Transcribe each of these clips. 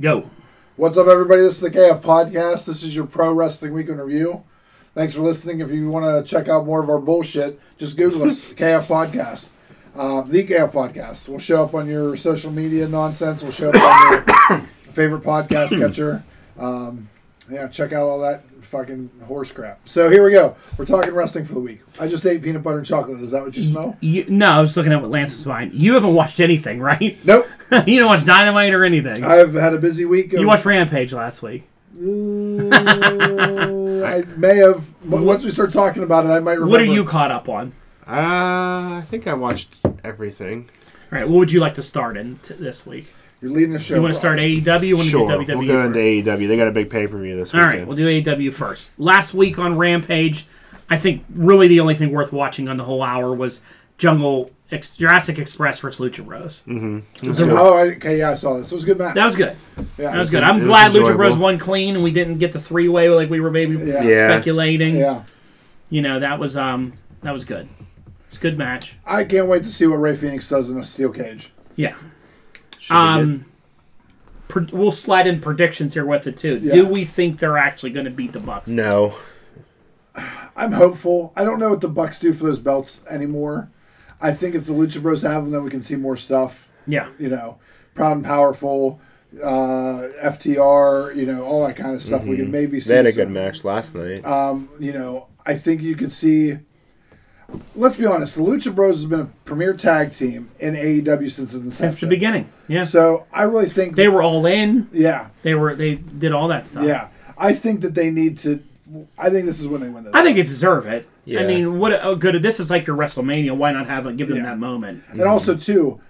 Go. What's up, everybody? This is the KF Podcast. This is your Pro Wrestling Week in Review. Thanks for listening. If you want to check out more of our bullshit, just Google us, KF Podcast. Uh, the KF Podcast. We'll show up on your social media nonsense. We'll show up on your favorite podcast catcher. Um, yeah, check out all that fucking horse crap. So here we go. We're talking wrestling for the week. I just ate peanut butter and chocolate. Is that what you smell? You, no, I was looking at what Lance was buying. You haven't watched anything, right? Nope. you don't watch Dynamite or anything. I've had a busy week. Of, you watched Rampage last week. Uh, I may have. w- Once we start talking about it, I might remember. What are you caught up on? Uh, I think I watched everything. All right, what would you like to start in t- this week? You're leading the show. You want to start AEW? You want to Sure, do we'll WWE? go first? into AEW. They got a E big pay per view this All weekend. right, we'll do AEW first. Last week on Rampage, I think really the only thing worth watching on the whole hour was Jungle ex- Jurassic Express versus Lucha Bros. Mm. Oh, I- okay. Yeah, I saw this. It was a good match. That was good. yeah, That was good. en- I'm it was glad Lucha enjoyable. Bros won clean and we didn't get the three way like we were maybe Yeah. Yeah. speculating. Yeah. You know, that was um that was good. It's a good match. I can't wait to see what Ray Phoenix does in a steel cage. Yeah. Should we Um pre- we'll slide in predictions here with it too. Yeah. Do we think they're actually going to beat the Bucks? get- no. I'm hopeful. I don't know what the Bucks do for those belts anymore. I think if the Lucha Bros have them, then we can see more stuff. Yeah. You know, proud and powerful, uh, FTR. You know, all that kind of stuff. We can maybe see. Mm-hmm. They had a some- good match last night. Um, you know, I think you could see. Let's be honest. The Lucha Bros has been a premier tag team in AEW since its inception. Since the beginning. Yeah. So I really think. they were all in. yeah, They were they did all that stuff. yeah. I think that they need to. I think this is when they win this. I think they deserve it. I Yeah. mean, what a, a good. This is like your WrestleMania. Why not have give them Yeah. that moment? and also too,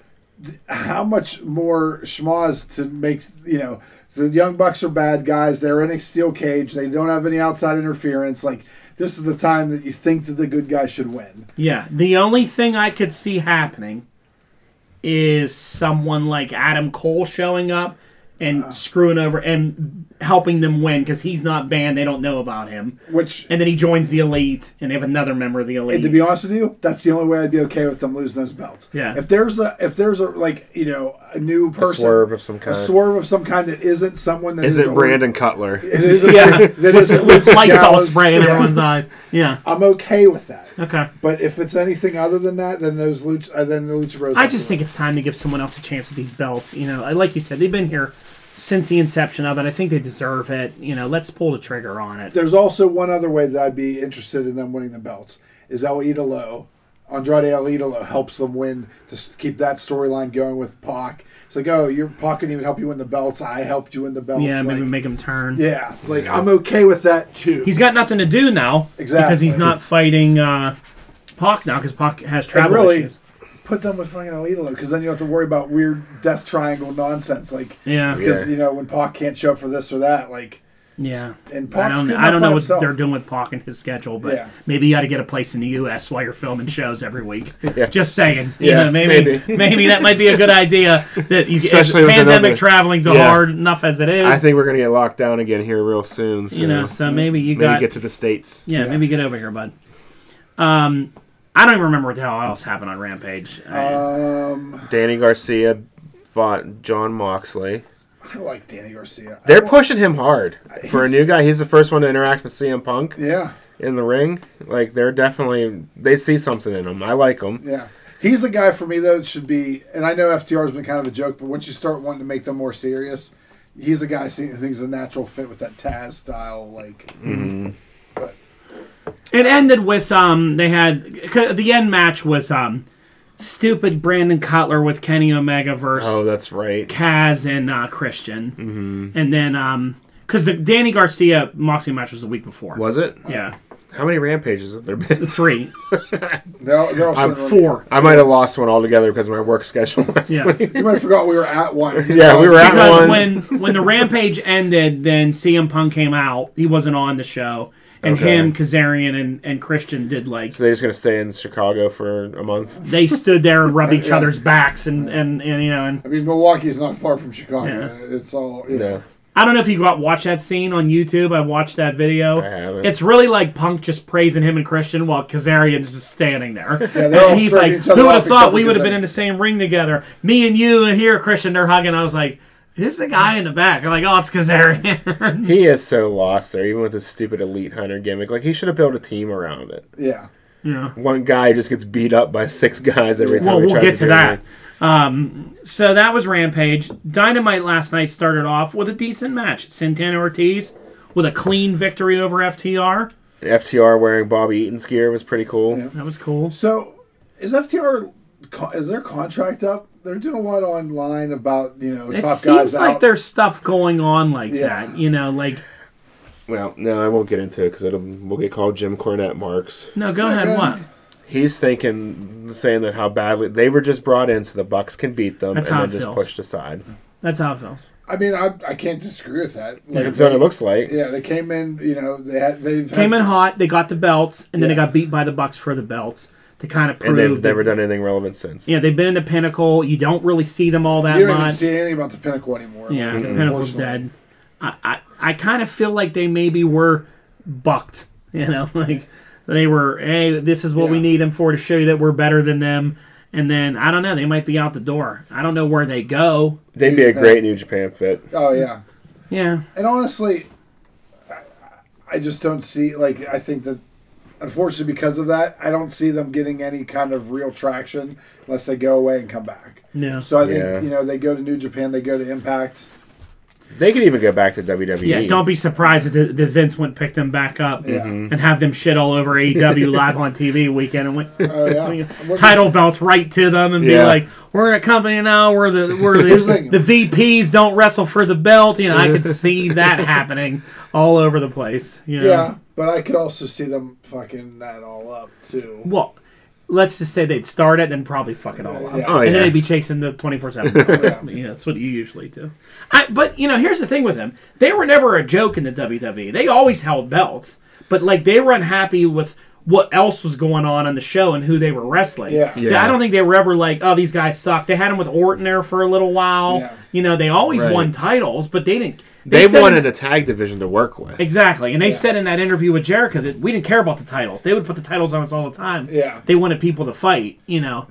th- how much more schmoz to make you know the young bucks are bad guys. They're in a steel cage. They don't have any outside interference. Like this is the time that you think that the good guy should win. Yeah. The only thing I could see happening is someone like Adam Cole showing up and Uh. screwing over and helping them win because he's not banned. They don't know about him. Which And then he joins the elite, and they have another member of the And to elite. be honest with you, that's the only way I'd be okay with them losing those belts. Yeah. If there's a if there's a like you know a new person swerve of some kind. a swerve of some kind that isn't someone that Is is it Brandon Cutler? It is Yeah. that isn't With Luke Lysol Gallows. spray in Yeah. everyone's eyes. Yeah. I'm okay with that. Okay. But if it's anything other than that, then those lucha, uh, then the lucha bros. I have to just win. think it's time to give someone else a chance with these belts. You know, I- like you said, they've been here since the inception of it. I think they deserve it. You know, let's pull the trigger on it. there's also one other way that I'd be interested in them winning the belts is El Idolo. Andrade El Idolo helps them win to s- keep that storyline going with Pac. It's like, oh, your Pac didn't even help you win the belts. I helped you win the belts. Yeah, maybe Like, make him turn. Yeah, like I'm okay with that too. He's got nothing to do now because Exactly. he's not fighting uh, Pac now because Pac has and travel really issues. put them with fucking Alito because then you don't have to worry about weird death triangle nonsense. Like, Yeah, yeah. because you know when Pac can't show up for this or that, like and I Pac's don't, getting I up don't by know what himself. they're doing with Pac and his schedule, but Yeah. maybe you got to get a place in the U.S. while you're filming shows every week. Yeah. Just saying, you Yeah, know, maybe maybe. maybe. that might be a good idea. That you, Especially with pandemic another- traveling's Yeah. hard enough as it is. I think we're gonna get locked down again here real soon. So you know, so maybe you maybe got get to the states. yeah, Mm-hmm. Yeah. maybe get over here, bud. Um, I don't even remember what the hell else happened on Rampage. I- Um, Danny Garcia fought John Moxley. I like Danny Garcia. I They're want- pushing him hard for a new guy. He's the first one to interact with CM Punk yeah, in the ring. Like they're definitely they see something in him. I like him. yeah. He's the guy for me though. It should be, and I know FTR has been kind of a joke, but once you start wanting to make them more serious, he's the guy I see- I think is a natural fit with that Taz style. Like, It ended with um they had c- the end match was um stupid Brandon Cutler with Kenny Omega versus Oh, that's right. Kaz and uh, Christian, mm-hmm. and then um because the Danny Garcia Moxie match was the week before. Was it? Yeah, How many rampages have there been? three, they're, all- they're all uh, sort of- four. I might have lost one altogether because of my work schedule last Yeah. week. You might have forgot we were at one. Yeah, we were at Because one. when when the rampage ended, then CM Punk came out. He wasn't on the show, and Okay. him, Kazarian, and, and Christian did like So they're just gonna stay in Chicago for a month. they stood there and rubbed each other's backs, and, and, and you know, and I mean, Milwaukee's not far from Chicago. Yeah. It's all you know. No. I don't know if you got watch that scene on YouTube. I watched that video. I haven't. It's really like Punk just praising him and Christian while Kazarian's just standing there. they're all and he's stroking like, each other "Who would off have except thought for we would have Kazarian." been in the same ring together? Me and you and here, Christian." They're hugging. I was like, This is the guy in the back. Like, oh, it's Kazarian. He is so lost there, even with his stupid elite hunter gimmick. Like he should have built a team around it. Yeah. yeah. One guy just gets beat up by six guys every time. Well, he we'll tries get to do that. anything. Um, so that was Rampage. Dynamite last night started off with a decent match. Santana Ortiz with a clean victory over FTR. FTR wearing Bobby Eaton's gear was pretty cool. Yeah. That was cool. So, is FTR co- is their contract up? They're doing a lot online about you know It tough seems guys like out. there's stuff going on like Yeah. that. You know, like Well, no, I won't get into it because we'll get called Jim Cornette marks. no, go ahead. good. What? He's thinking, saying that how badly they were just brought in so the Bucks can beat them, That's and how then it just feels. pushed aside. That's how it feels. I mean, I, I can't disagree with that. Like, That's what it looks like. yeah, they came in. You know, they had they Came in hot. They got the belts, and then they Yeah. got beat by the Bucks for the belts to kind of and prove. they've that- never done anything relevant since. Yeah, they've been in the pinnacle. You don't really see them all that You don't even much. see anything about the Pinnacle anymore. Yeah, Like, the Pinnacle's unfortunately. dead. I, I, I kind of feel like they maybe were bucked. You know, like they were, hey, this is what we Yeah. need them for to show you that we're better than them. And then I don't know, they might be out the door. I don't know where they go. They'd be a He's back. great New Japan fit. Oh yeah. Yeah, And honestly, I, I just don't see like I think that unfortunately because of that, I don't see them getting any kind of real traction unless they go away and come back. yeah, So I think Yeah. you know they go to New Japan, they go to Impact. They could even go back to E. WWE. yeah. Don't be surprised if the, the Vince went pick them back up Yeah. and have them shit all over AEW live on TV weekend and went. Oh yeah. title belts right to them and be Yeah. like, "We're a company now. We're the we're Here's the thing. the, the VPs don't wrestle for the belt." You know, I could see that happening all over the place. You know, Yeah, but I could also see them fucking that all up too. well, let's just say they'd start it, then probably fuck it all up, Yeah. Oh and then yeah. they'd be chasing the twenty four seven. Yeah, that's what you usually do. I, but you know, here's the thing with them: they were never a joke in the WWE. They always held belts, but like they were unhappy with. What else was going on on the show and who they were wrestling? Yeah. Yeah. I don't think they were ever like, oh, these guys suck. They had them with Orton there for a little while. Yeah. You know, they always Right. won titles, but they didn't. they said in- wanted a tag division to work with. exactly, and they said in that interview with Jericho that we didn't care about the titles. They would put the titles on us all the time. Yeah. Mm-hmm. they wanted people to fight. You know,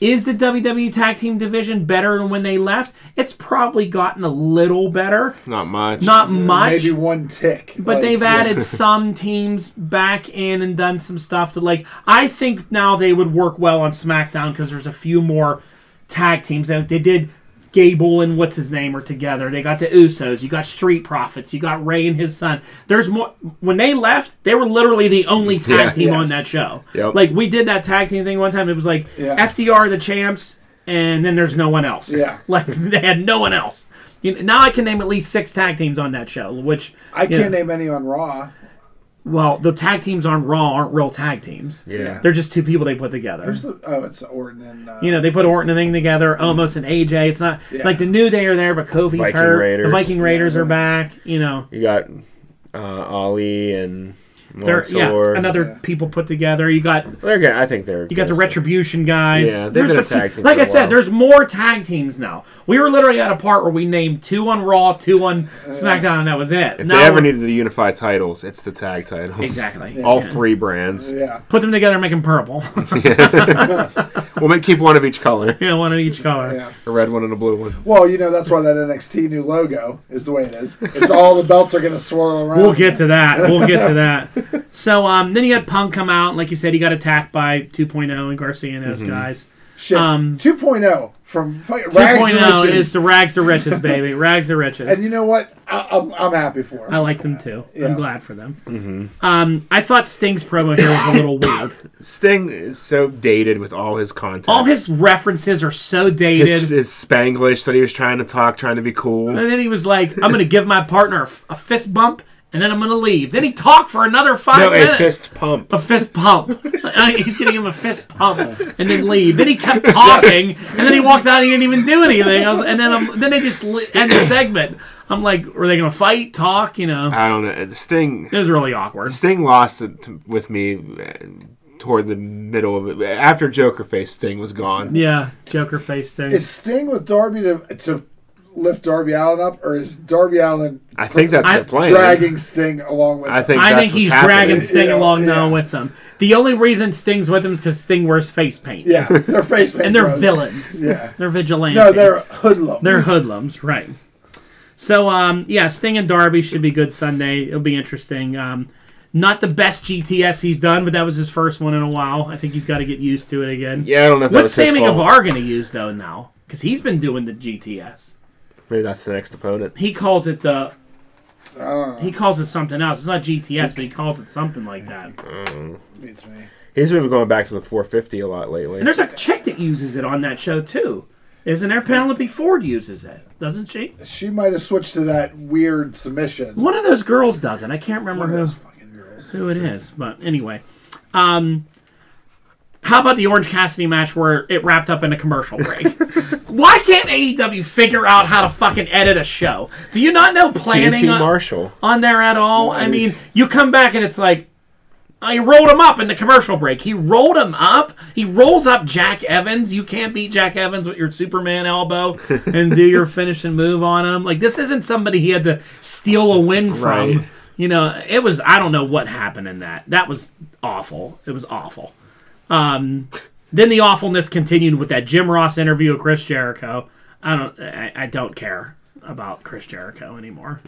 is the WWE tag team division better than when they left? It's probably gotten a little better, Not much. not much. Maybe one tick. But they've added some teams back in and done some stuff that, like, I think now they would work well on SmackDown because there's a few more tag teams. They, they did Gable and what's his name are together. They got the Usos. You got Street Profits. You got Ray and his son. There's more. When they left, they were literally the only tag Yeah. team on Yes. that show. Yep. Like, we did that tag team thing one time. It was like Yeah. FDR, the champs, and then there's no one else. Yeah. Like, they had no one else. You know, now I can name at least six tag teams on that show, which I you can't know. name any on Raw. Well, the tag teams on Raw aren't real tag teams. Yeah. They're just two people they put together. Who's the- Oh, it's Orton and uh, You know, they put Orton and Thing together, almost an AJ. It's not Yeah. like the New Day are there, but Kofi's Viking hurt. The Raiders. Viking Raiders are back. You know, You got uh, Ali and they're Mansoor. yeah, another Yeah. people put together. You got you They're good. I think they're. You got the Retribution guys. Yeah, they've been a few- tag team like for I a said, while. there's more tag teams now. We were literally at a part where we named two on Raw, two on SmackDown, and that was it. If Now they ever we're- needed to unify titles, it's the tag titles. exactly All Yeah. three brands. Yeah. Put them together, and make them purple. We'll make keep one of each color. you know, one of each color. Yeah. A red one and a blue one. Well, you know that's why that NXT new logo is the way it is. It's all the belts are going to swirl around. We'll get to that. We'll get to that. So um, then you had Punk come out, and like you said, he got attacked by 2.0 and Garcia and Mm-hmm. those guys. shit. um, 2.0 from fucking rags to 2.0 riches. is the rags to riches, baby. Rags to riches. and you know what? I, I'm, I'm happy for him. I like them too. Yeah. I'm glad for them. Mm-hmm. Um, I thought Sting's promo here was a little weird. Sting is so dated with all his content. All his references are so dated. Uh, his, his Spanglish that he was trying to talk, trying to be cool. and then he was like, "I'm gonna give my partner a, f- a fist bump, and then I'm gonna leave." Then he talked for another five No, a minutes. fist pump. a fist pump. Uh, He's gonna give him a fist pump and then leave. Then he kept talking, and then he walked out. And he didn't even do anything. I was, and then um, then they just li- end the segment. I'm like, were they gonna fight, talk? You know, I don't know. Sting. it was really awkward. Sting lost it to, with me uh, toward the middle of it. After Joker face, Sting was gone. Yeah, Joker face thing. Is Sting with Darby to to lift Darby Allen up, or is Darby Allen I think that's I- the plan. dragging Sting along with? I him? think I that's think what's he's happening. dragging Sting Yeah, along now yeah. with them. The only reason Sting's with him is because Sting wears face paint. yeah, they're face paint and they're bros. villains. Yeah. they're vigilantes. No, they're hoodlums. they're hoodlums, right? So um, yeah, Sting and Darby should be good Sunday. It'll be interesting. Um, not the best GTS he's done, but that was his first one in a while. I think he's got to get used to it again. Yeah, I don't know if that What's was his Sammy fault. Guevara going to use though now? Because he's been doing the GTS. Maybe that's the next opponent. He calls it the. Uh. he calls it something else. It's not GTS, but he calls it something like that. Beats me. He's been going back to the 450 a lot lately. And there's a chick that uses it on that show too. Isn't there? Penelope Ford uses it, doesn't she? She might have switched to that weird submission. One of those girls does it. I can't remember One of who. those fucking girls. who it is. But anyway, um, how about the Orange Cassidy match where it wrapped up in a commercial break? Why can't AEW figure out how to fucking edit a show? Do you not know QT planning on, Marshall. on there at all? I mean, you come back and it's like. I rolled him up in the commercial break. He rolled him up. He rolls up Jack Evans. You can't beat Jack Evans with your Superman elbow and do your finishing move on him. Like this isn't somebody he had to steal a win from. Right. You know, it was I don't know what happened in that. That was awful. It was awful. Um, then the awfulness continued with that Jim Ross interview of Chris Jericho. I don't I, I don't care about Chris Jericho anymore.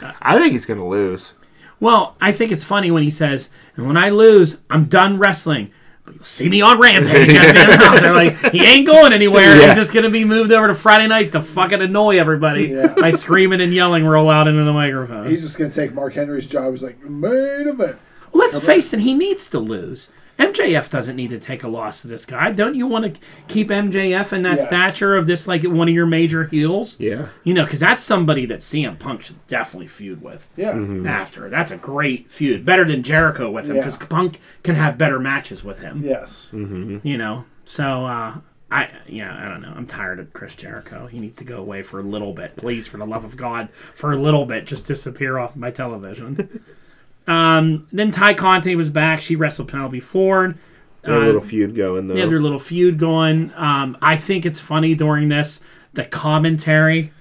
I think he's going to lose. Well, I think it's funny when he says, "And when I lose, I'm done wrestling." But you'll see me on Rampage. That's Jim Ross. They're like he ain't going anywhere. Yeah. He's just gonna be moved over to Friday nights to fucking annoy everybody Yeah. by screaming and yelling real loud into the microphone. He's just gonna take Mark Henry's job. He's like main event. Let's face it, he needs to lose. MJF doesn't need to take a loss to this guy. Don't you want to keep MJF in that Yes. stature of this, like one of your major heels? Yeah. You know, because that's somebody that CM Punk should definitely feud with Yeah. Mm-hmm. after. That's a great feud. Better than Jericho with him, Yeah. because Punk can have better matches with him. Yes. Mm-hmm. You know? So, uh,. I yeah I don't know I'm tired of Chris Jericho he needs to go away for a little bit please for the love of God for a little bit just disappear off my television Um, then Ty Conte was back. She wrestled Penelope Ford. A little feud going, though. They had their little feud going. Um, I think it's funny during this the commentary,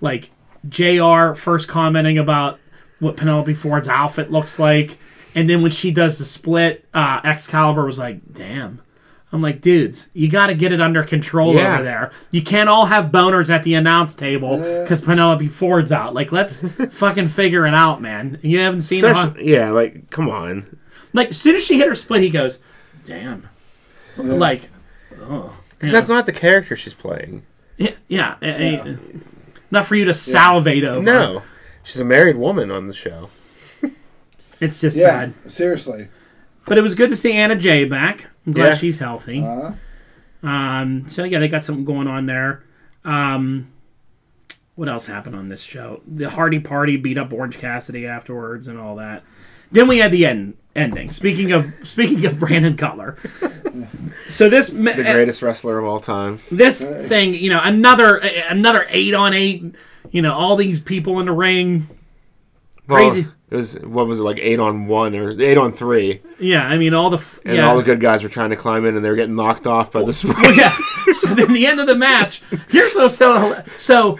like Jr. first commenting about what Penelope Ford's outfit looks like, and then when she does the split, uh, Excalibur was like, "Damn." I'm like, dudes, you got to get it under control Yeah. over there. You can't all have boners at the announce table because Penelope Ford's out. Like, let's fucking figure it out, man. You haven't seen Hon- Especially- yeah, like, come on. like, as soon as she hit her split, he goes, "Damn!" Like, oh, 'Cause That's not the character she's playing. yeah, yeah, eh, eh, not for you to salivate over. No. She's a married woman on the show. it's just Yeah. bad. Seriously. But it was good to see Anna Jay back. I'm glad Yeah. she's healthy. Uh, Um, so yeah, they got something going on there. Um, what else happened on this show? The Hardy Party beat up Orange Cassidy afterwards and all that. Then we had the end ending. Speaking of speaking of Brandon Cutler, so this ma- uh, The greatest wrestler of all time. this thing, you know, another uh, another eight on eight, you know, all these people in the ring. Crazy. Well, it was what was it like eight on one or eight on three, Yeah, I mean, all the f- and yeah. all the good guys were trying to climb in, and they were getting knocked off by the Well, spray. yeah. So then the end of the match, here's what's so hila- so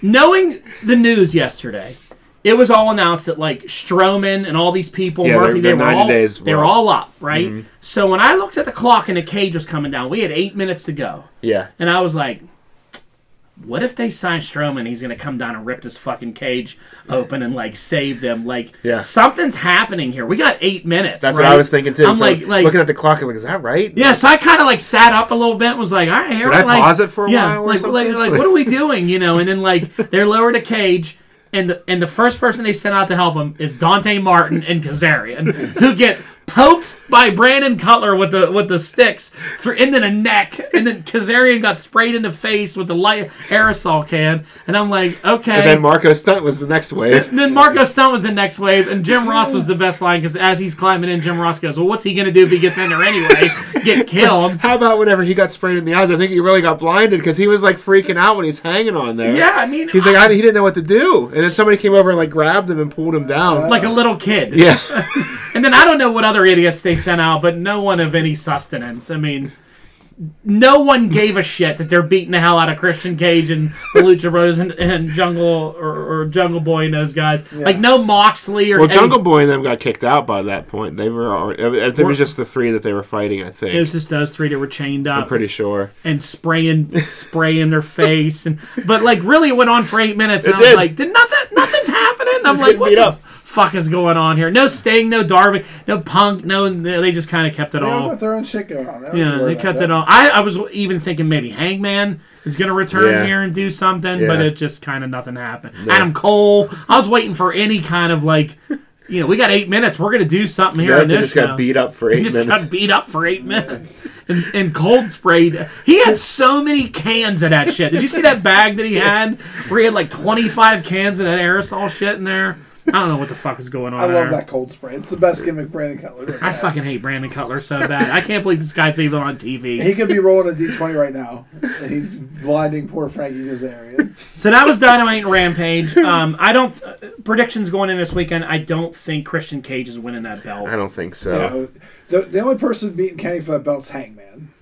knowing the news yesterday, it was all announced that like Strowman and all these people, Yeah, Murphy, their- they their were 90 all days Mm-hmm. they were were up. all up, right? So when I looked at the clock and the cage was coming down, we had eight minutes to go. yeah, And I was like, what if they sign Strowman? He's gonna come down and rip this fucking cage open and like save them. Like Yeah. something's happening here. We got eight minutes. that's right? what I was thinking too. I'm So, like, like, looking at the clock, I'm like, is that right? yeah. So I kind of like sat up a little bit. and Was like, all right, here. I like, pause it for a yeah, while or like, like, something? like, what are we doing? You know. And then like they're lowered a cage. And the, and the first person they sent out to help him is Dante Martin and Kazarian, who get poked by Brandon Cutler with the with the sticks through into the neck, and then Kazarian got sprayed in the face with the light aerosol can. And I'm like, okay. And then Marco Stunt was the next wave. Then Marco Stunt was the next wave, and Jim Ross was the best line because as he's climbing in, Jim Ross goes, "Well, what's he gonna do if he gets in there anyway? Get killed." How about whenever he got sprayed in the eyes? I think he really got blinded because he was like freaking out when he's hanging on there. Yeah, I mean, He's like, I, he didn't know what to do, and then somebody came over and like grabbed him and pulled him down. like a little kid. yeah, And then I don't know what other idiots they sent out, but no one of any sustenance. I mean, no one gave a shit that they're beating the hell out of Christian Cage and the Lucha Bros and, and Jungle or, or Jungle Boy and those guys. Like no Moxley or Well, any- Jungle Boy and them got kicked out by that point. They were. Already, I think it was just the three that they were fighting. I think. It was just those three that were chained up I'm pretty sure. and spraying spray in their face and but like really it went on for eight minutes and It I was did. like, did nothing nothing's happening? I'm It's like, getting what beat the up. fuck is going on here? No Sting, no Darby, no Punk, no they just kinda kept it They all all. got their own shit going on. They don't Yeah, worry they about kept that. it all. I, I was even thinking maybe Hangman is going to return Yeah. here and do something, Yeah. but it just kind of nothing happened. Adam Cole, I was waiting for any kind of like, you know, we got eight minutes. We're going to do something here. They in this just got show. beat up for He eight just minutes. got beat up for eight minutes and, and cold sprayed. He had so many cans of that shit. Did you see that bag that he had where he had like 25 cans of that aerosol shit in there? I don't know what the fuck is going on I there. love that cold spray. It's the best gimmick Brandon Cutler. ever I had. fucking hate Brandon Cutler so bad. I can't believe this guy's even on TV. He could be rolling a D twenty right now. And he's blinding poor Frankie Kazarian. So that was Dynamite and Rampage. Um, I don't uh, predictions going in this weekend. I don't think Christian Cage is winning that belt. I don't think so. Yeah. The, the only person beating Kenny for that belt's Hangman.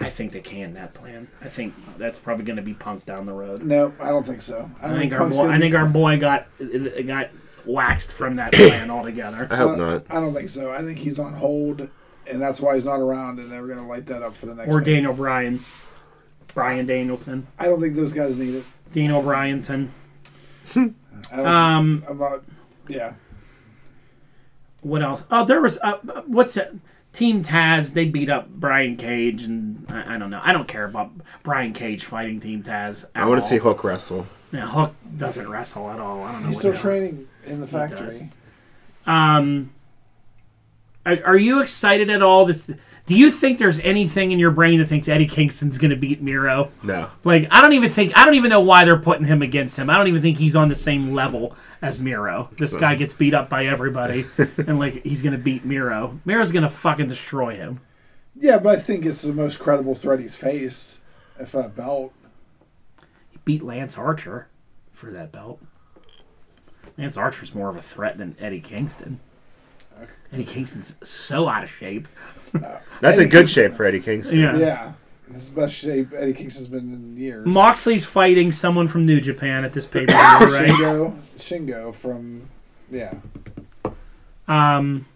I think they can that plan. I think that's probably going to be Punk down the road. No, I don't think so. I think our Punk's boy. gonna I be- think our boy got uh, got waxed from that plan I altogether. hope not. I don't think so. I think he's on hold, and that's why he's not around. And they're gonna light that up for the next. Or one. Daniel Bryan, Brian Danielson, I don't think those guys need it. Dean O'Brienson. I don't Um, I'm not. Yeah. what else? Oh, there was uh, what's it? Team Taz. They beat up Brian Cage, and I, I don't know. I don't care about Brian Cage fighting Team Taz. I want to to see Hook wrestle. Now, Hook doesn't wrestle at all. I don't know. He's what still the- training in the does. factory. Um, are, are you excited at all? This? Do you think there's anything in your brain that thinks Eddie Kingston's going to beat Miro? No. Like, I don't even think. I don't even know why they're putting him against him. I don't even think he's on the same level as Miro. This guy gets beat up by everybody, and like he's going to beat Miro. Miro's going to fucking destroy him. Yeah, but I think it's the most credible threat he's faced. If that belt. He beat Lance Archer for that belt. Lance Archer's more of a threat than Eddie Kingston. Eddie Kingston's so out of shape. That's Eddie in good shape for Eddie Kingston. Yeah. This is the best shape Eddie Kingston's been in years. Moxley's fighting someone from New Japan at this pay per view, right? Shingo, Shingo from, yeah, Um,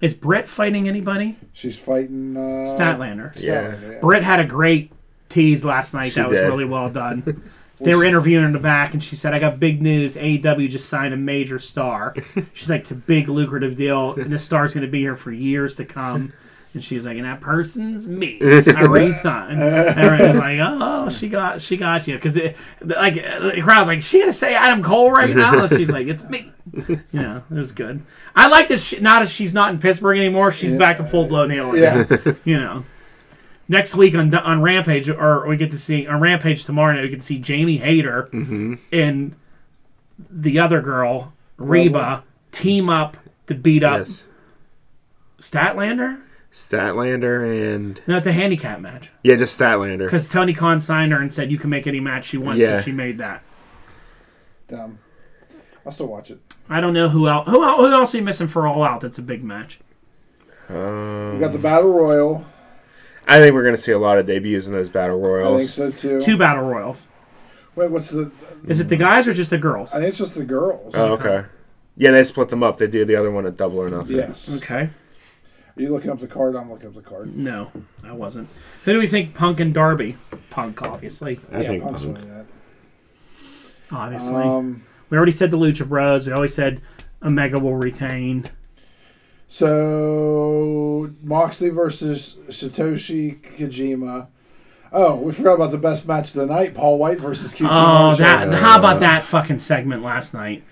is Britt fighting anybody? she's fighting. Uh, Statlander. Statlander, yeah. Britt had a great tease last night. that was did. really well done. They were interviewing her in the back, and she said, "I got big news. AEW just signed a major star. She's like, it's a big lucrative deal, and this star's going to be here for years to come." And she was like, "And that person's me. I re-signed." And everybody's like, "Oh, she got, she got you." Because like the crowd's like, "She gonna say Adam Cole right now?" And she's like, "It's me." You know, it was good. I like that. She, not as she's not in Pittsburgh anymore. She's back to full blown alien Yeah, you know. Next week on on Rampage, or we get to see on Rampage tomorrow night, we get to see Jamie Hayter and the other girl Reba Rebel. team up to beat up Yes. Statlander. Statlander and No, it's a handicap match yeah, just Statlander. because Tony Khan signed her and said you can make any match she wants, Yeah. so she made that. dumb. I'll still watch it. I don't know who else. Who, el- who else are you missing for All Out? That's a big match. We got the battle royal. Um, I think we're gonna see a lot of debuts in those battle I think royals. so too. Two battle royals. Wait, what's the? Is it the guys or just the girls? I think it's just the girls. Oh, okay. Yeah, they split them up. They do the other one at Double or Nothing. yes. Okay. Are you looking up the card? I'm looking up the card. No, I wasn't. Who do we think? Punk and Darby. Punk, obviously. I yeah, think Punk's Punk. winning that. Obviously. Um, We already said the Lucha Bros. We always said Omega will retain. so Moxley versus Satoshi Kojima. Oh, we forgot about the best match of the night: Paul White versus QT Oh, Marshall. that! How about that fucking segment last night?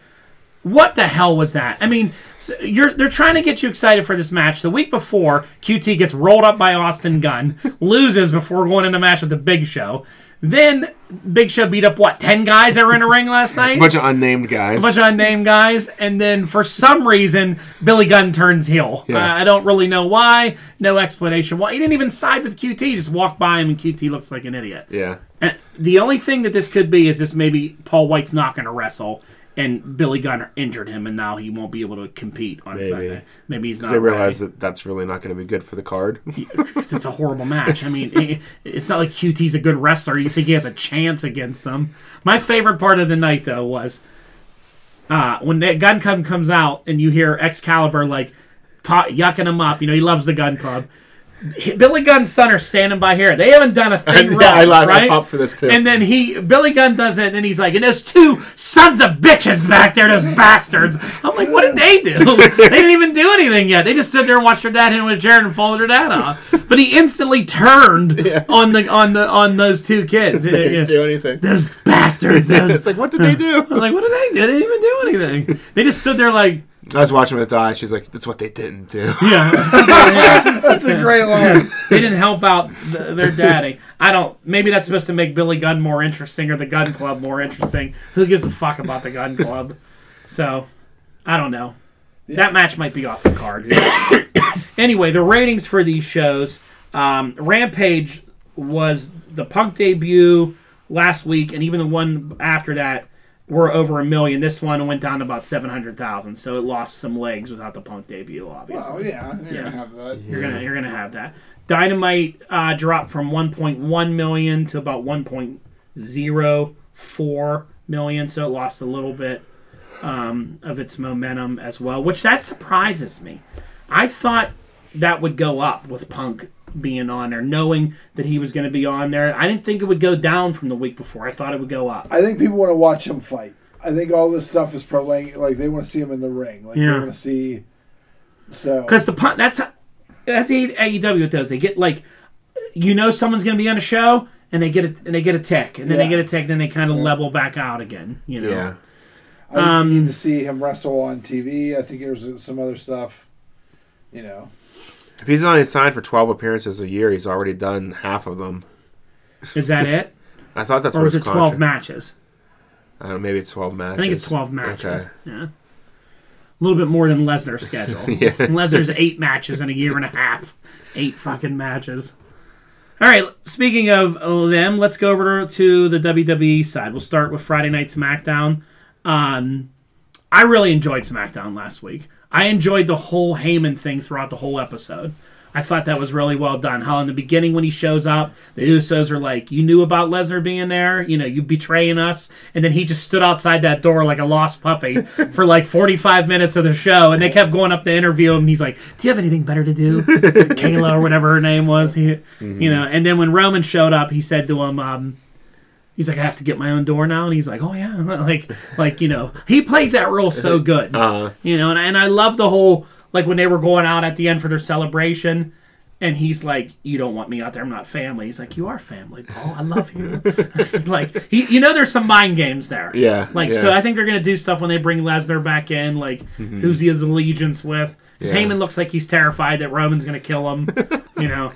What the hell was that? I mean, s- you're they're trying to get you excited for this match. The week before, QT gets rolled up by Austin Gunn, loses before going into match with the Big Show. Then Big Show beat up what ten guys that were in a ring last night. A bunch of unnamed guys. bunch of unnamed guys, and then for some reason, Billy Gunn turns heel. Yeah. Uh, I don't really know why. No explanation why. He didn't even side with QT. he Just walked by him, and QT looks like an idiot. yeah. And the only thing that this could be is this maybe Paul White's not going to wrestle, and Billy Gunner injured him, and now he won't be able to compete on Maybe. Sunday. Maybe he's not. They realize that that's really not going to be good for the card. because it's a horrible match. I mean, it, it's not like QT's a good wrestler. You think he has a chance against them? My favorite part of the night though was uh, when that gun club comes out and you hear Excalibur like ta- yucking him up. You know he loves the gun club. Billy Gunn's son are standing by here. They haven't done a thing Yeah, wrong, I laughed- I right? popped for this, too. And then he, Billy Gunn does it, and then he's like, "And those two sons of bitches back there, those bastards." I'm like, "What did they do? they didn't even do anything yet. They just stood there and watched their dad hit him with a chair and followed their dad off." But he instantly turned on the on the on those two kids. They didn't Yeah. do anything. Those bastards. It's Those. like, what did they do? I'm like, "What did they do? They didn't even do anything. They just stood there like, I was watching with Di. and She's like, that's what they didn't do. yeah." That's a great line. they didn't help out th their daddy. I don't. Maybe that's supposed to make Billy Gunn more interesting or the Gun Club more interesting. Who gives a fuck about the Gun Club? So, I don't know. That match might be off the card. anyway, the ratings for these shows. Um, Rampage was the Punk debut last week, and even the one after that were over a million. This one went down to about seven hundred thousand, so it lost some legs without the Punk debut, obviously. Oh yeah, you're Yeah. gonna have that. You're gonna you're gonna have that. Dynamite uh, dropped from 1.1 million to about 1.04 million, so it lost a little bit um, of its momentum as well, which that surprises me. I thought that would go up with Punk being on there, knowing that he was going to be on there. I didn't think it would go down from the week before. I thought it would go up. I think people want to watch him fight. I think all this stuff is probably like they want to see him in the ring. Like Yeah. they want to see. So Because the pun that's how, that's AEW what does. They get like you know someone's gonna be on a show and they get a and they get a tick and then they Yeah. get a tick, then they kinda level back out again, you know. Yeah. I think you um, need to see him wrestle on TV. I think there's uh, some other stuff. You know, If he's only signed for 12 appearances a year, he's already done half of them. Is that it? I thought that's or what was his it twelve contract- matches? I don't know, maybe it's 12 matches. I think it's twelve matches. Okay. Yeah. A little bit more than Lesnar's schedule. Yeah. Lesnar's eight matches in a year and a half. Eight fucking matches. All right. Speaking of them, let's go over to the WWE side. We'll start with Friday Night SmackDown. Um, I really enjoyed SmackDown last week. I enjoyed the whole Heyman thing throughout the whole episode. I thought that was really well done. How in the beginning when he shows up, the Usos are like, "You knew about Lesnar being there, you know, you betraying us," and then he just stood outside that door like a lost puppy for like forty-five minutes of the show, and they kept going up to interview him. And he's like, "Do you have anything better to do, Kayla or whatever her name was?" He, you know, and then when Roman showed up, he said to him. Um, He's like, I have to get my own door now, and he's like, oh yeah, like, like you know, he plays that role so good, Uh, you know, and, and I love the whole like when they were going out at the end for their celebration, and he's like, you don't want me out there, I'm not family. He's like, you are family, Paul, I love you. like, he, you know, there's some mind games there, Yeah, Like, yeah. so I think they're gonna do stuff when they bring Lesnar back in, like who's he has allegiance with. Because Mm-hmm. Yeah. Heyman looks like he's terrified that Roman's gonna kill him, you know.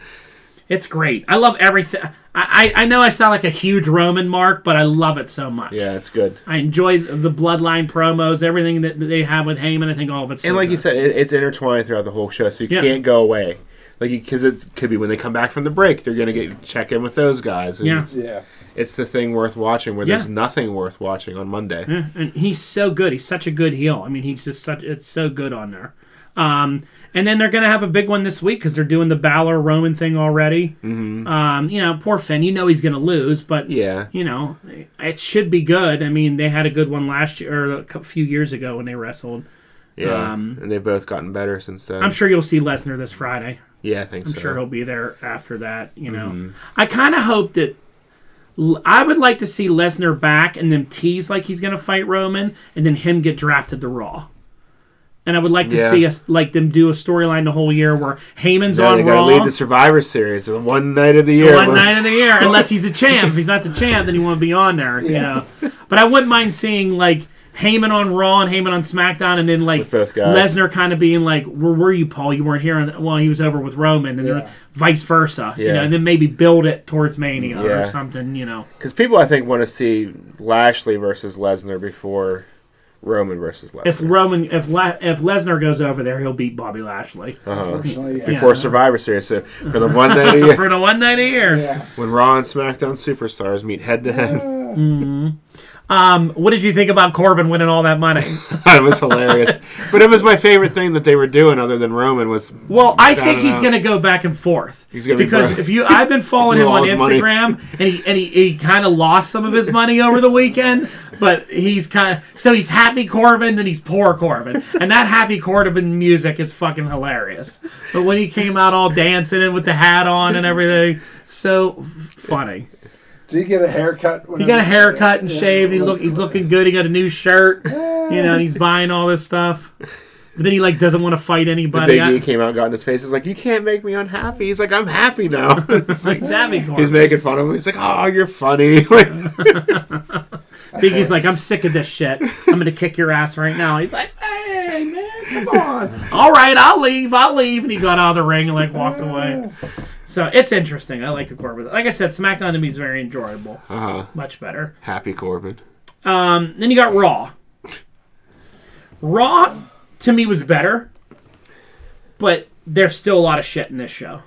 It's great. I love everything. I, I I know I sound like a huge Roman mark, but I love it so much. yeah, it's good. I enjoy the bloodline promos, everything that that they have with Heyman. I think all of it's so And like you good. said, it, it's intertwined throughout the whole show, so you Yeah. can't go away. Like, because it could be when they come back from the break, they're gonna get check in with those guys. and Yeah. it's, yeah. it's the thing worth watching. Where there's Yeah. nothing worth watching on Monday. and he's so good. He's such a good heel. I mean, he's just such it's so good on there. Um, and then they're gonna have a big one this week because they're doing the Balor Roman thing already. Mm-hmm. Um, you know, poor Finn. You know he's gonna lose, but Yeah. you know it should be good. I mean, they had a good one last year or a cou- few years ago when they wrestled. Yeah, Um, and they've both gotten better since then. I'm sure you'll see Lesnar this Friday. yeah, I think I'm so. sure he'll be there after that. You know, Mm-hmm. I kind of hope that L- I would like to see Lesnar back and then tease like he's going to fight Roman and then him get drafted to Raw. And I would like to Yeah. see us like them do a storyline the whole year where Heyman's Now they on gotta Raw lead the Survivor Series the one night of the year. one night of the year, unless he's a champ. If he's not the champ, then he won't be on there. You know, but I wouldn't mind seeing like. Heyman on Raw and Heyman on SmackDown, and then like With both guys. Lesnar kind of being like, "Where were you, Paul? You weren't here." And, well, he was over with Roman, and Yeah. vice versa. You know, Yeah. and then maybe build it towards Mania Yeah. or something. You know, Because people, I think, want to see Lashley versus Lesnar before Roman versus Lesnar. if Roman, if La- if Lesnar goes over there, he'll beat Bobby Lashley Unfortunately, yeah. before Survivor Series, so for the one night a year, for the one night a year. yeah. when Raw and SmackDown superstars meet head to head. Um, what did you think about Corbin winning all that money? it was hilarious. but it was my favorite thing that they were doing other than Roman was Well, I Down think and he's out. going to go back and forth. He's gonna be because broke. if you, I've been following him All on his money. Instagram, and he and he, he kind of lost some of his money over the weekend. But he's kind of so he's happy Corbin, then he's poor Corbin, and that happy Corbin music is fucking hilarious. But when he came out all dancing and with the hat on and everything, so funny. Did he get a haircut? He got a haircut and shaved. He look, he's looking good. He got a new shirt, you know, and he's buying all this stuff. But then he like doesn't want to fight anybody. Big I- E came out, got in his face. He's like, "You can't make me unhappy." He's like, "I'm happy now." It's like- He's happy Corbin. he's making fun of him. He's like, "Oh, you're funny." Like, Biggie's like, I'm sick of this shit. I'm gonna kick your ass right now. He's like, Hey man, come on. All right, I'll leave. I'll leave. And he got out of the ring and like walked away. So it's interesting. I like the Corbin. Like I said, SmackDown to me is very enjoyable. uh-huh. Much better. happy Corbin. Um, then you got Raw. Raw to me was better, but there's still a lot of shit in this show.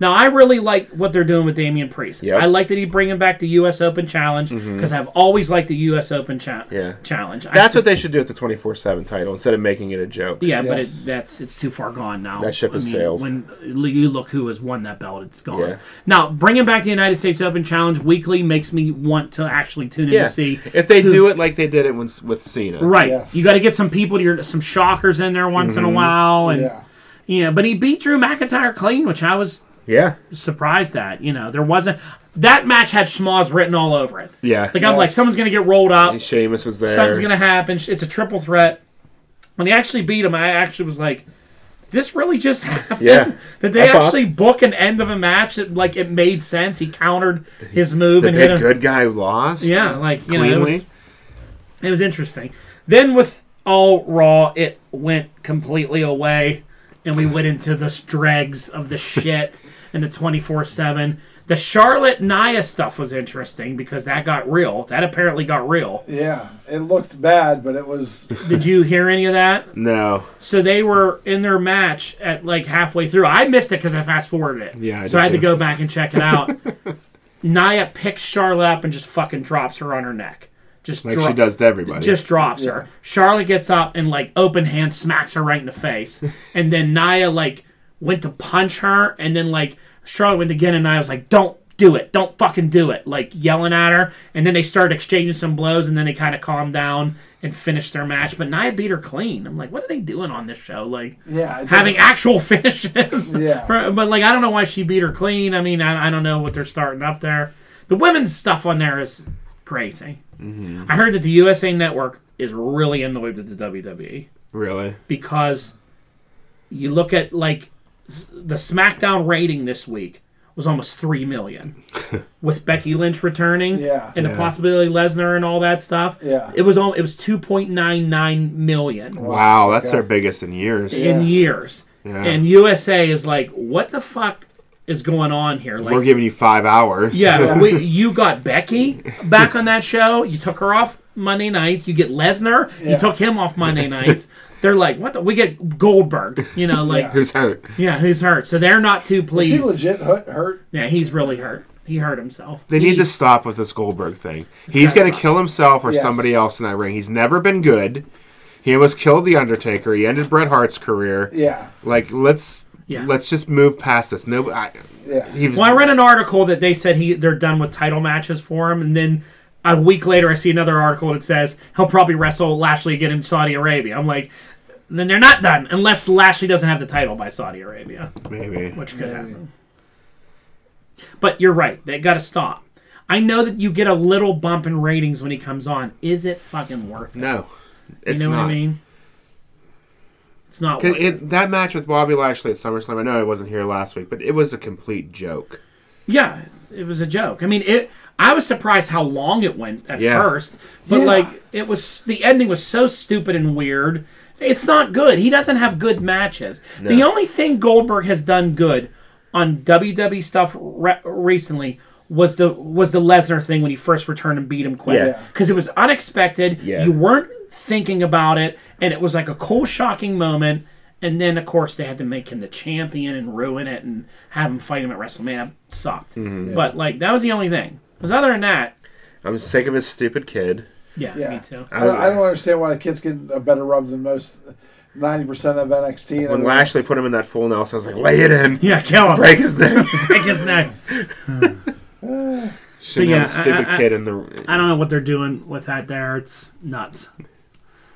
Now I really like what they're doing with Damian Priest. Yep. Mm-hmm. I like that he's bringing back the U.S. Open Challenge because I've always liked the U.S. Open cha- Yeah. Challenge. I That's what they should do with the 24/7 title instead of making it a joke. Yeah, but Yes. it, that's it's too far gone now. That ship has is sailed. When you look who has won that belt, it's gone. Yeah. Now bringing back the United States Open Challenge weekly makes me want to actually tune in Yeah. to see If they who- do it like they did it when, with Cena, right. Yes. You got to get some people, to your, some shockers in there once Mm-hmm. in a while, and Yeah. you know. But he beat Drew McIntyre clean, which I was Yeah. surprised at. You know, there wasn't that match had schmoz written all over it. Yeah. Like I'm like Yes. someone's gonna get rolled up, Sheamus was there. something's gonna happen. It's a triple threat. When he actually beat him, I actually was like, "This really just happened." Yeah. Did they I popped. actually book an end of a match that like it made sense? He countered his move the and hit big him. good guy lost. Yeah, like you know, it Cleanly. was, it was interesting. Then with all Raw, it went completely away, and we went into the dregs of the shit and the twenty four seven. The Charlotte Nia stuff was interesting because that got real. That apparently got real. Yeah. It looked bad, but it was. Did you hear any of that? no. So they were in their match at like halfway through. I missed it because I fast forwarded it. Yeah, I so did I had to too. go back and check it out. Naya picks Charlotte up and just fucking drops her on her neck. Just Like dro- she does to everybody. Just drops her. Charlotte gets up and like open hand smacks her right in the face, and then Naya like went to punch her, and then like Charlotte went again, and I was like, "Don't do it! Don't fucking do it!" Like yelling at her, and then they started exchanging some blows, and then they kind of calmed down and finished their match. But Naya beat her clean. I'm like, "What are they doing on this show? Like Yeah. it having actual finishes?" Yeah. Right, but like I don't know why she beat her clean. I mean, I, I don't know what they're starting up there. The women's stuff on there is crazy. Mm-hmm. I heard that the USA Network is really annoyed with the WWE really. because you look at like s- the SmackDown rating this week was almost three million with Becky Lynch returning, Yeah. and the Yeah. possibility of Lesnar and all that stuff. Yeah. it was all it was two point nine nine million Wow, that's Okay. their biggest in years. in Yeah. years, Yeah. and USA is like, what the fuck is going on here? Like, We're giving you five hours. yeah, we, you got Becky back on that show. You took her off Monday nights. You get Lesnar. Yeah. You took him off Monday nights. They're like, what? The? We get Goldberg. You know, like, yeah. Who's hurt? who's hurt? So they're not too was- pleased. Is he legit hurt? hurt? yeah, he's really hurt. He hurt himself. They He- need to stop with this Goldberg thing. He's gotta going to stop. kill himself or Yes. somebody else in that ring. He's never been good. He almost killed the Undertaker. He ended Bret Hart's career. Yeah. Like let's Yeah. let's just move past this. No, I, Yeah. he was Well, I read an article that they said he they're done with title matches for him, and then a week later I see another article that says he'll probably wrestle Lashley again in Saudi Arabia. I'm like, then they're not done unless Lashley doesn't have the title by Saudi Arabia. maybe. which could happen. But you're right; they got to stop. I know that you get a little bump in ratings when he comes on. Is it fucking worth it? No, you it's know not. what I mean? It's not. 'Cause Worth it. It, that match with Bobby Lashley at SummerSlam. I know I wasn't here last week, but it was a complete joke. Yeah, it was a joke. I mean, it. I was surprised how long it went at Yeah. first, but Yeah. like it was. The ending was so stupid and weird. It's not good. He doesn't have good matches. The only thing Goldberg has done good on WWE stuff re- recently was the was the Lesnar thing when he first returned and beat him quick Yeah. because it was unexpected. Yeah. You weren't thinking about it, and it was like a cool, shocking moment. And then, of course, they had to make him the champion and ruin it and have him fight him at WrestleMania. It Mm-hmm. sucked, but like that was the only thing. Because other than that, I'm sick of his stupid kid. Yeah, Yeah. me too. I don't, I don't understand why the kid's getting a better rub than most ninety percent of NXT. and When everyone else. Lashley put him in that full Nelson, I was like, lay it in, Yeah, kill him. break his neck. Break his neck. so yeah, yeah, a stupid I- I- kid in the. I don't know what they're doing with that there. It's nuts.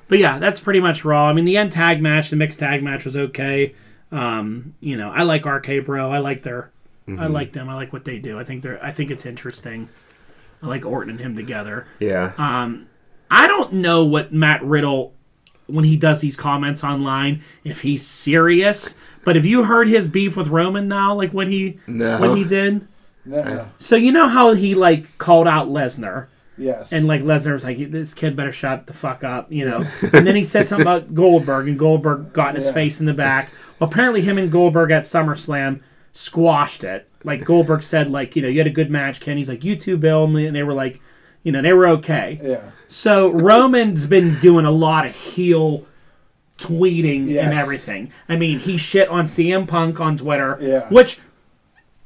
But yeah, that's pretty much Raw. I mean, the end tag match, the mixed tag match was okay. Um, you know, I like RK Bro. I like their, I like them. I like what they do. I think they're. I think it's interesting. I like Orton and him together. yeah, uh, I don't know what Matt Riddle when he does these comments online if he's serious. But have you heard his beef with Roman now? Like what he No. what he did. No, no. So you know how he like called out Lesnar. Yes. And like Lesnar was like, this kid better shut the fuck up, you know. and then he said something about Goldberg, and Goldberg got in his Yeah. face in the back. Well, apparently, him and Goldberg at SummerSlam squashed it. Like Goldberg said, like you know, you had a good match, Ken. He's like, you too, Bill, and they- and they were like, you know, they were okay. yeah. So Roman's been doing a lot of heel tweeting Yes. and everything. I mean, he shit on CM Punk on Twitter, Yeah. which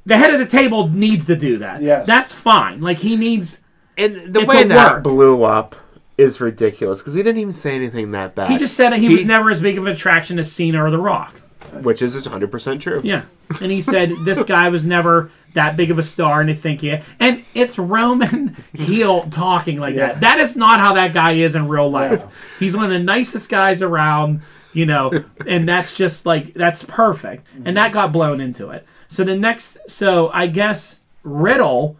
the head of the table needs to do that. Yes. that's fine. Like he needs. and the it's way a that work. blew up is ridiculous because he didn't even say anything that bad. He just said that he, was never as big of an attraction as Cena or The Rock. which is it's hundred percent true. Yeah. And he said this guy was never that big of a star and they think yeah. And it's Roman heel talking like Yeah. that. That is not how that guy is in real life. No. He's one of the nicest guys around, you know, and that's just like that's perfect. And that got blown into it. So the next so I guess Riddle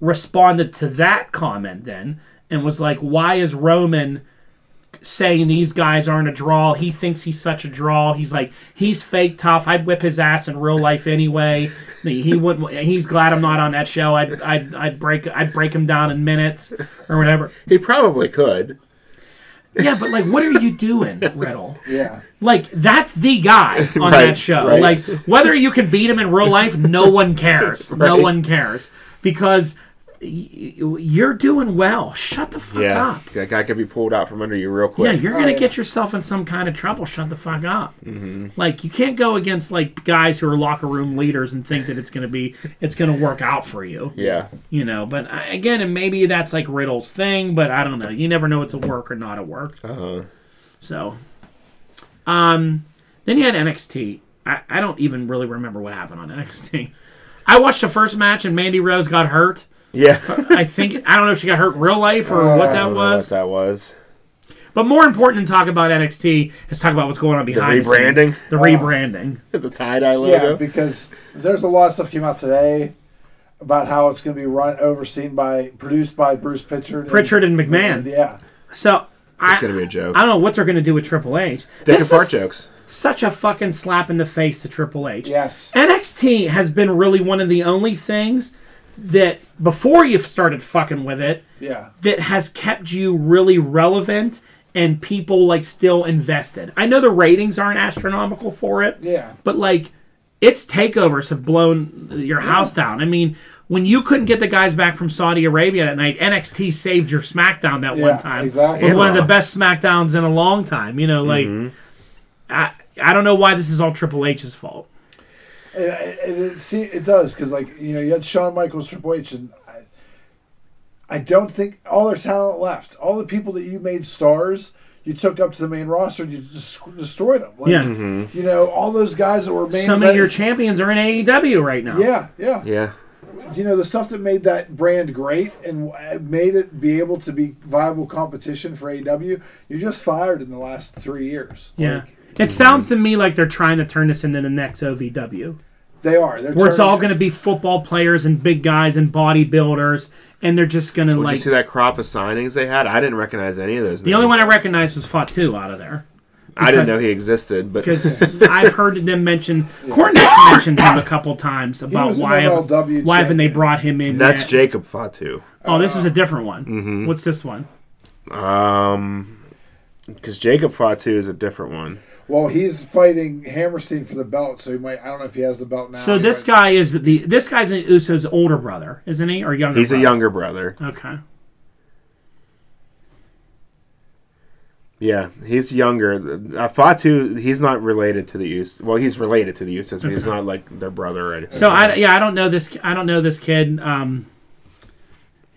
responded to that comment then and was like, Why is Roman saying these guys aren't a draw. He thinks he's such a draw. He's like he's fake tough. I'd whip his ass in real life anyway. He wouldn't. He's glad I'm not on that show. I'd I'd, I'd break I'd break him down in minutes or whatever. He probably could. Yeah, but like, what are you doing, Riddle? Yeah. Like that's the guy on Right, that show. right. Like whether you can beat him in real life, no one cares. No Right. one cares because y- y- you're doing well. Shut the fuck up. that guy could be pulled out from under you real Yeah, quick. you're gonna yeah. get yourself in some kind of trouble. Shut the fuck up. Mm-hmm. Like you can't go against like guys who are locker room leaders and think that it's gonna be it's gonna work out for you. yeah. You know, but I, again, and maybe that's like Riddle's thing, but I don't know. You never know it's a work or not a work. Uh-huh. So, um, then you had NXT. I, I don't even really remember what happened on NXT. I watched the first match and Mandy Rose got hurt. Yeah. I think I don't know if she got hurt in real life or what Uh, that was. that was. But more important than talk about NXT is talk about what's going on behind the, rebranding? scenes. The rebranding. the tie dye Yeah, logo. because there's a lot of stuff came out today about how it's going to be run, overseen by, produced by Bruce Pritchard. and- Pritchard and McMahon. Yeah. So I, it's gonna be a joke. I don't know what they're gonna do with Triple H. Dick This and fart is jokes. Such a fucking slap in the face to Triple H. Yes. NXT has been really one of the only things that before you've started fucking with it Yeah. that has kept you really relevant and people like still invested. I know the ratings aren't astronomical for it. Yeah. But like its takeovers have blown your house down. I mean, when you couldn't get the guys back from Saudi Arabia that night, NXT saved your SmackDown that Yeah, one time. exactly. With one of the Yeah. Mm-hmm. best SmackDowns in a long time. You know, like I I don't know why this is all Triple H's fault. And, and it, see, it does because like you know you had Shawn Michaels, Triple H, and I, I don't think all their talent left. All the people that you made stars, you took up to the main roster and you just destroyed them. Like, Yeah. You know all those guys that were main. Some of your event- champions are in AEW right now. yeah, yeah, Yeah. You know the stuff that made that brand great and uh, made it be able to be viable competition for AEW. You just fired in the last three years. Yeah. Like, Mm-hmm. It sounds to me like they're trying to turn this into the next OVW. they are. They're where it's turning- all going to be football players and big guys and bodybuilders, and they're just going to Did like. you see that crop of signings they had? I didn't recognize any of those. The only one I recognized was Fatu out of there I didn't because- know he existed, but because I've heard them mention Cornette's mentioned him a couple times about was an why MLW why haven't they champion. brought him in? that's Mm-hmm. yet. Jacob Fatu. Oh, this is a different one. What's this one? Um, because Jacob Fatu is a different one. Well, he's fighting Hammerstein for the belt, so he might. I don't know if he has the belt now. So He this might- guy is the this guy's an Uso's older brother, isn't he, or younger? He's a brother? younger brother. Okay. Yeah, he's younger. Uh, Fatu, he's not related to the Us. Well, he's related to the Usos, but he's not like their brother or anything. So I yeah I don't know this I don't know this kid. Um,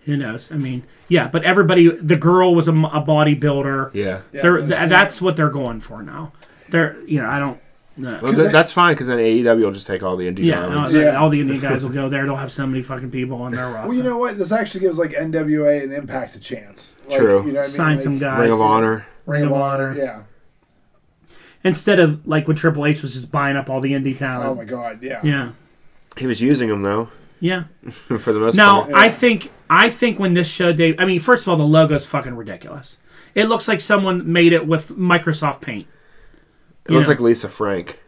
Who knows? I mean, yeah, but everybody, the girl was a, m- a bodybuilder. Yeah. They're, Yeah, th- that's- that's what they're going for now. They're, you know, I don't. No. Well, th- that's fine because then AEW will just take all the indie yeah, darlings. no, Yeah. all the indie guys will go there. They'll have so many fucking people on their roster. Well, you know what? This actually gives like NWA and Impact a chance. Like, True. You know what I mean? sign Like, some guys. Ring of Honor. Ring Ring of of Honor. Honor. Yeah. Instead of like when Triple H was just buying up all the indie Oh talent. my God. Yeah. yeah. He was using them though Yeah. for the most Now part. I think I think when this show Dave I mean, first of all, the logo's fucking ridiculous. It looks like someone made it with Microsoft Paint. It looks know. like Lisa Frank.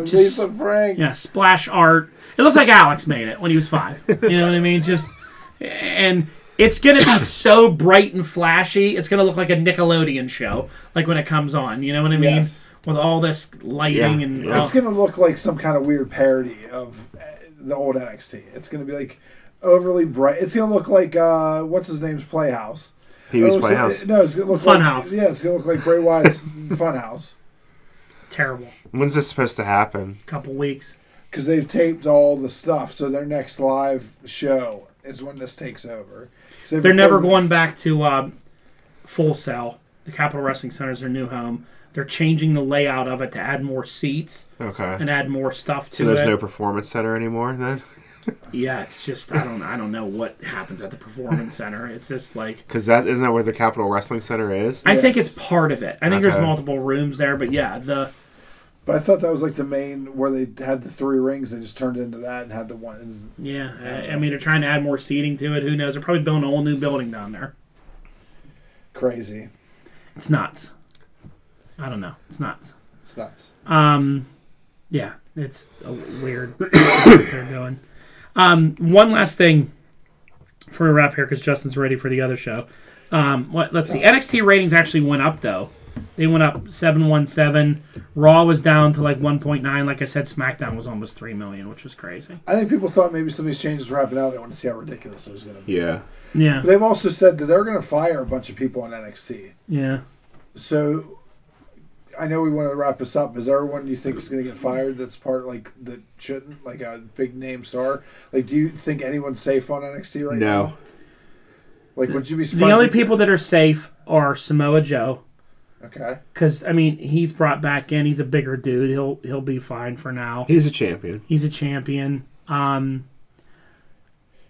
just- Lisa Frank. Yeah, splash art. It looks like Alex made it when he was five. You know what I mean? Just and it's gonna be so bright and flashy. It's gonna look like a Nickelodeon show, like when it comes on. You know what I mean? Yes. With all this lighting Yeah. and oh, Yeah. It's gonna look like some kind of weird parody of uh, the old NXT. It's gonna be like overly bright. It's gonna look like uh, what's his name's Playhouse. Oh, He was It looks playing house. like- no, it's gonna look Funhouse. Like, yeah, it's gonna look like Bray Wyatt's Funhouse terrible. When's this supposed to happen? Couple weeks. because they've taped all the stuff. So their next live show is when this takes over. 'Cause they've They're never recorded- going back to um, Full Cell. The Capital Wrestling Center is their new home. They're changing the layout of it to add more seats Okay. and add more stuff to so there's it. no performance center anymore then, yeah, it's just I don't I don't know what happens at the Performance Center. It's just like because that isn't that where the Capitol Wrestling Center is. I think Yes. it's part of it. I think there's Okay. multiple rooms there, but yeah, the But I thought that was like the main where they had the three rings. They just turned into that and had the one. yeah. I, I mean, they're trying to add more seating to it. Who knows? They're probably building a whole new building down there. Crazy. It's nuts. I don't know. It's nuts. It's nuts. Um, yeah, it's a weird what they're doing. Um, one last thing for a wrap here because Justin's ready for the other show. Um, what, let's see. NXT ratings actually went up though. They went up seven one seven. Raw was down to like one point nine. Like I said, SmackDown was almost three million, which was crazy. I think people thought maybe some of these changes were happening now. They want to see how ridiculous it was going to be. Yeah. Yeah, They've also said that they're going to fire a bunch of people on NXT. yeah. So I know we want to wrap this up. Is there everyone you think is going to get fired that's part like that shouldn't like a big name star? Like, do you think anyone's safe on NXT right now? No. Like, would you be surprised? The only if- people that are safe are Samoa Joe Okay. because I mean he's brought back in. He's a bigger dude. He'll he'll be fine for now. He's a champion. He's a champion. Um,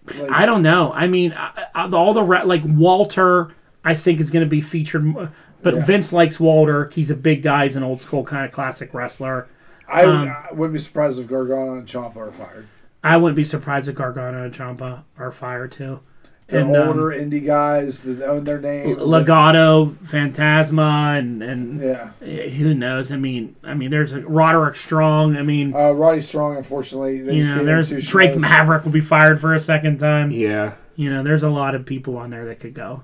Like, I don't know. I mean, I, I, all the re- like Walter, I think is going to be featured, m- but Yeah. Vince likes Walter. He's a big guy. He's an old school kind of classic wrestler. I, um, I wouldn't be surprised if Gargano and Ciampa are fired. I wouldn't be surprised if Gargano and Ciampa are fired too. They're And um, older indie guys that own their name. Legato, Phantasma, and and yeah. eh, who knows? I mean, I mean, there's a Roderick Strong. I mean, Uh, Roddy Strong, unfortunately, they you just gave know, him there's two Drake shows. Maverick will be fired for a second time. Yeah. You know, there's a lot of people on there that could go.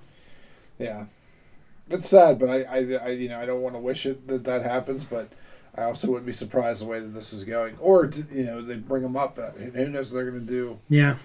Yeah, it's sad, but I, I, I you know, I don't want to wish it that that happens, but I also wouldn't be surprised the way that this is going. Or t- you know, they bring them up, but who who knows what they're going to do Yeah.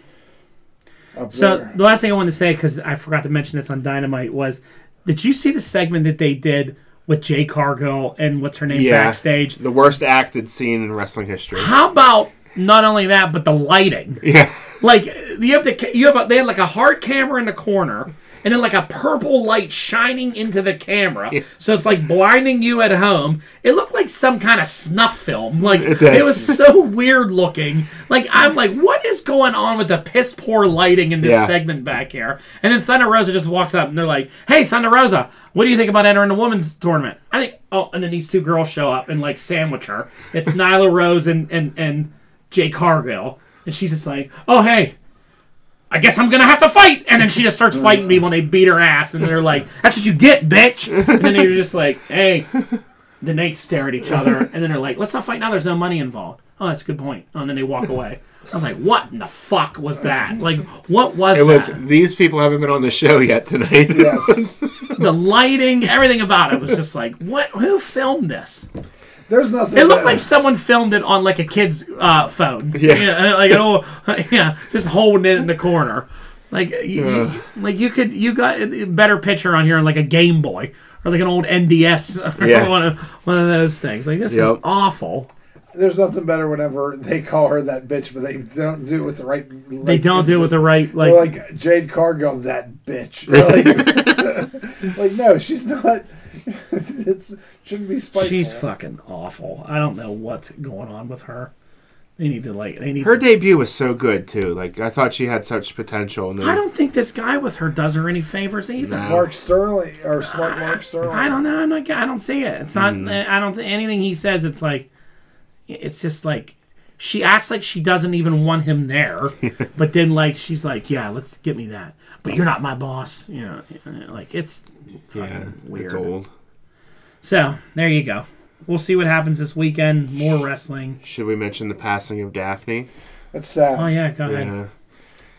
up So there? the last thing I wanted to say, because I forgot to mention this on Dynamite, was did you see the segment that they did with Jay Cargill and what's her name Yeah. backstage? The worst acted scene in wrestling history. How about not only that, but the lighting? Yeah. Like you have the ca- you have a, they had like a hard camera in the corner, and then like a purple light shining into the camera, so it's like blinding you at home. It looked like some kind of snuff film. Like it, did. was so weird looking. Like I'm like, what is going on with the piss poor lighting in this Yeah. segment back here? And then Thunder Rosa just walks up, and they're like, "Hey, Thunder Rosa, what do you think about entering the women's tournament?" I think. Oh, and then these two girls show up and like sandwich her. It's Nyla Rose and and and. Jay Cargill, and she's just like, "Oh hey, I guess I'm gonna have to fight." And then she just Mm. starts fighting people, and they beat her ass, and they're like, "That's what you get, bitch." And then they're just like, "Hey." Then they stare at each other, and then they're like, "Let's not fight now. There's no money involved." Oh, that's a good point. Oh, and then they walk away. I was like, "What in the fuck was that? Like, what was It was that? these people haven't been on the show yet tonight. Yes, The lighting, everything about it was just like, what? Who filmed this?" there's nothing. It looked that- like someone filmed it on like a kid's uh, phone. uh, Yeah. like an old, yeah, just holding it in the corner. Like, you, you, like you could, you got a better picture on here on like a Game Boy or like an old NDS, or Yeah. one of one of those things. Like this Yep. is awful. There's nothing better whenever they call her that bitch, but they don't do it with the right. They don't do it with the right like. like, like Jade Cargo, that bitch. Like, like, no, she's not. It's shouldn't be spiteful. she's fucking awful. I don't know what's going on with her. They need to like. They need. Her to, debut was so good too. Like I thought she had such potential. And then, I don't think this guy with her does her any favors either. No. Mark Sterling or smart Mark Sterling. I don't know. I'm not, I don't see it. It's not. Mm. I don't think anything he says. It's like, it's just like she acts like she doesn't even want him there, but then like she's like, yeah, let's get me that. But you're not my boss. You know, like it's fucking Yeah, weird. it's old. So there you go. We'll see what happens this weekend. More wrestling. Should we mention the passing of Daphne? That's sad. Oh yeah, go ahead. Yeah.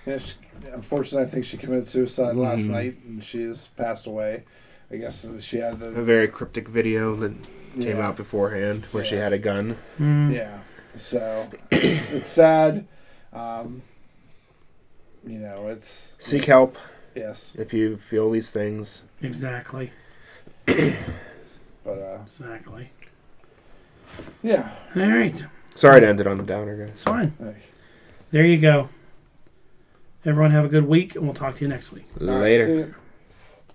Yeah, she, unfortunately, I think she committed suicide Mm-hmm. last night, and she has passed away. I guess she had A a, very cryptic video that came Yeah. out beforehand where she Yeah. had a gun. Mm-hmm. yeah. So it's, it's sad. Um, you know, it's Seek help yes, if you feel these things. Exactly. but uh, Exactly. yeah. All right. Sorry to end it on a downer, guys. It's fine. Like, There you go. Everyone have a good week, and we'll talk to you next week. all right, Later. see ya.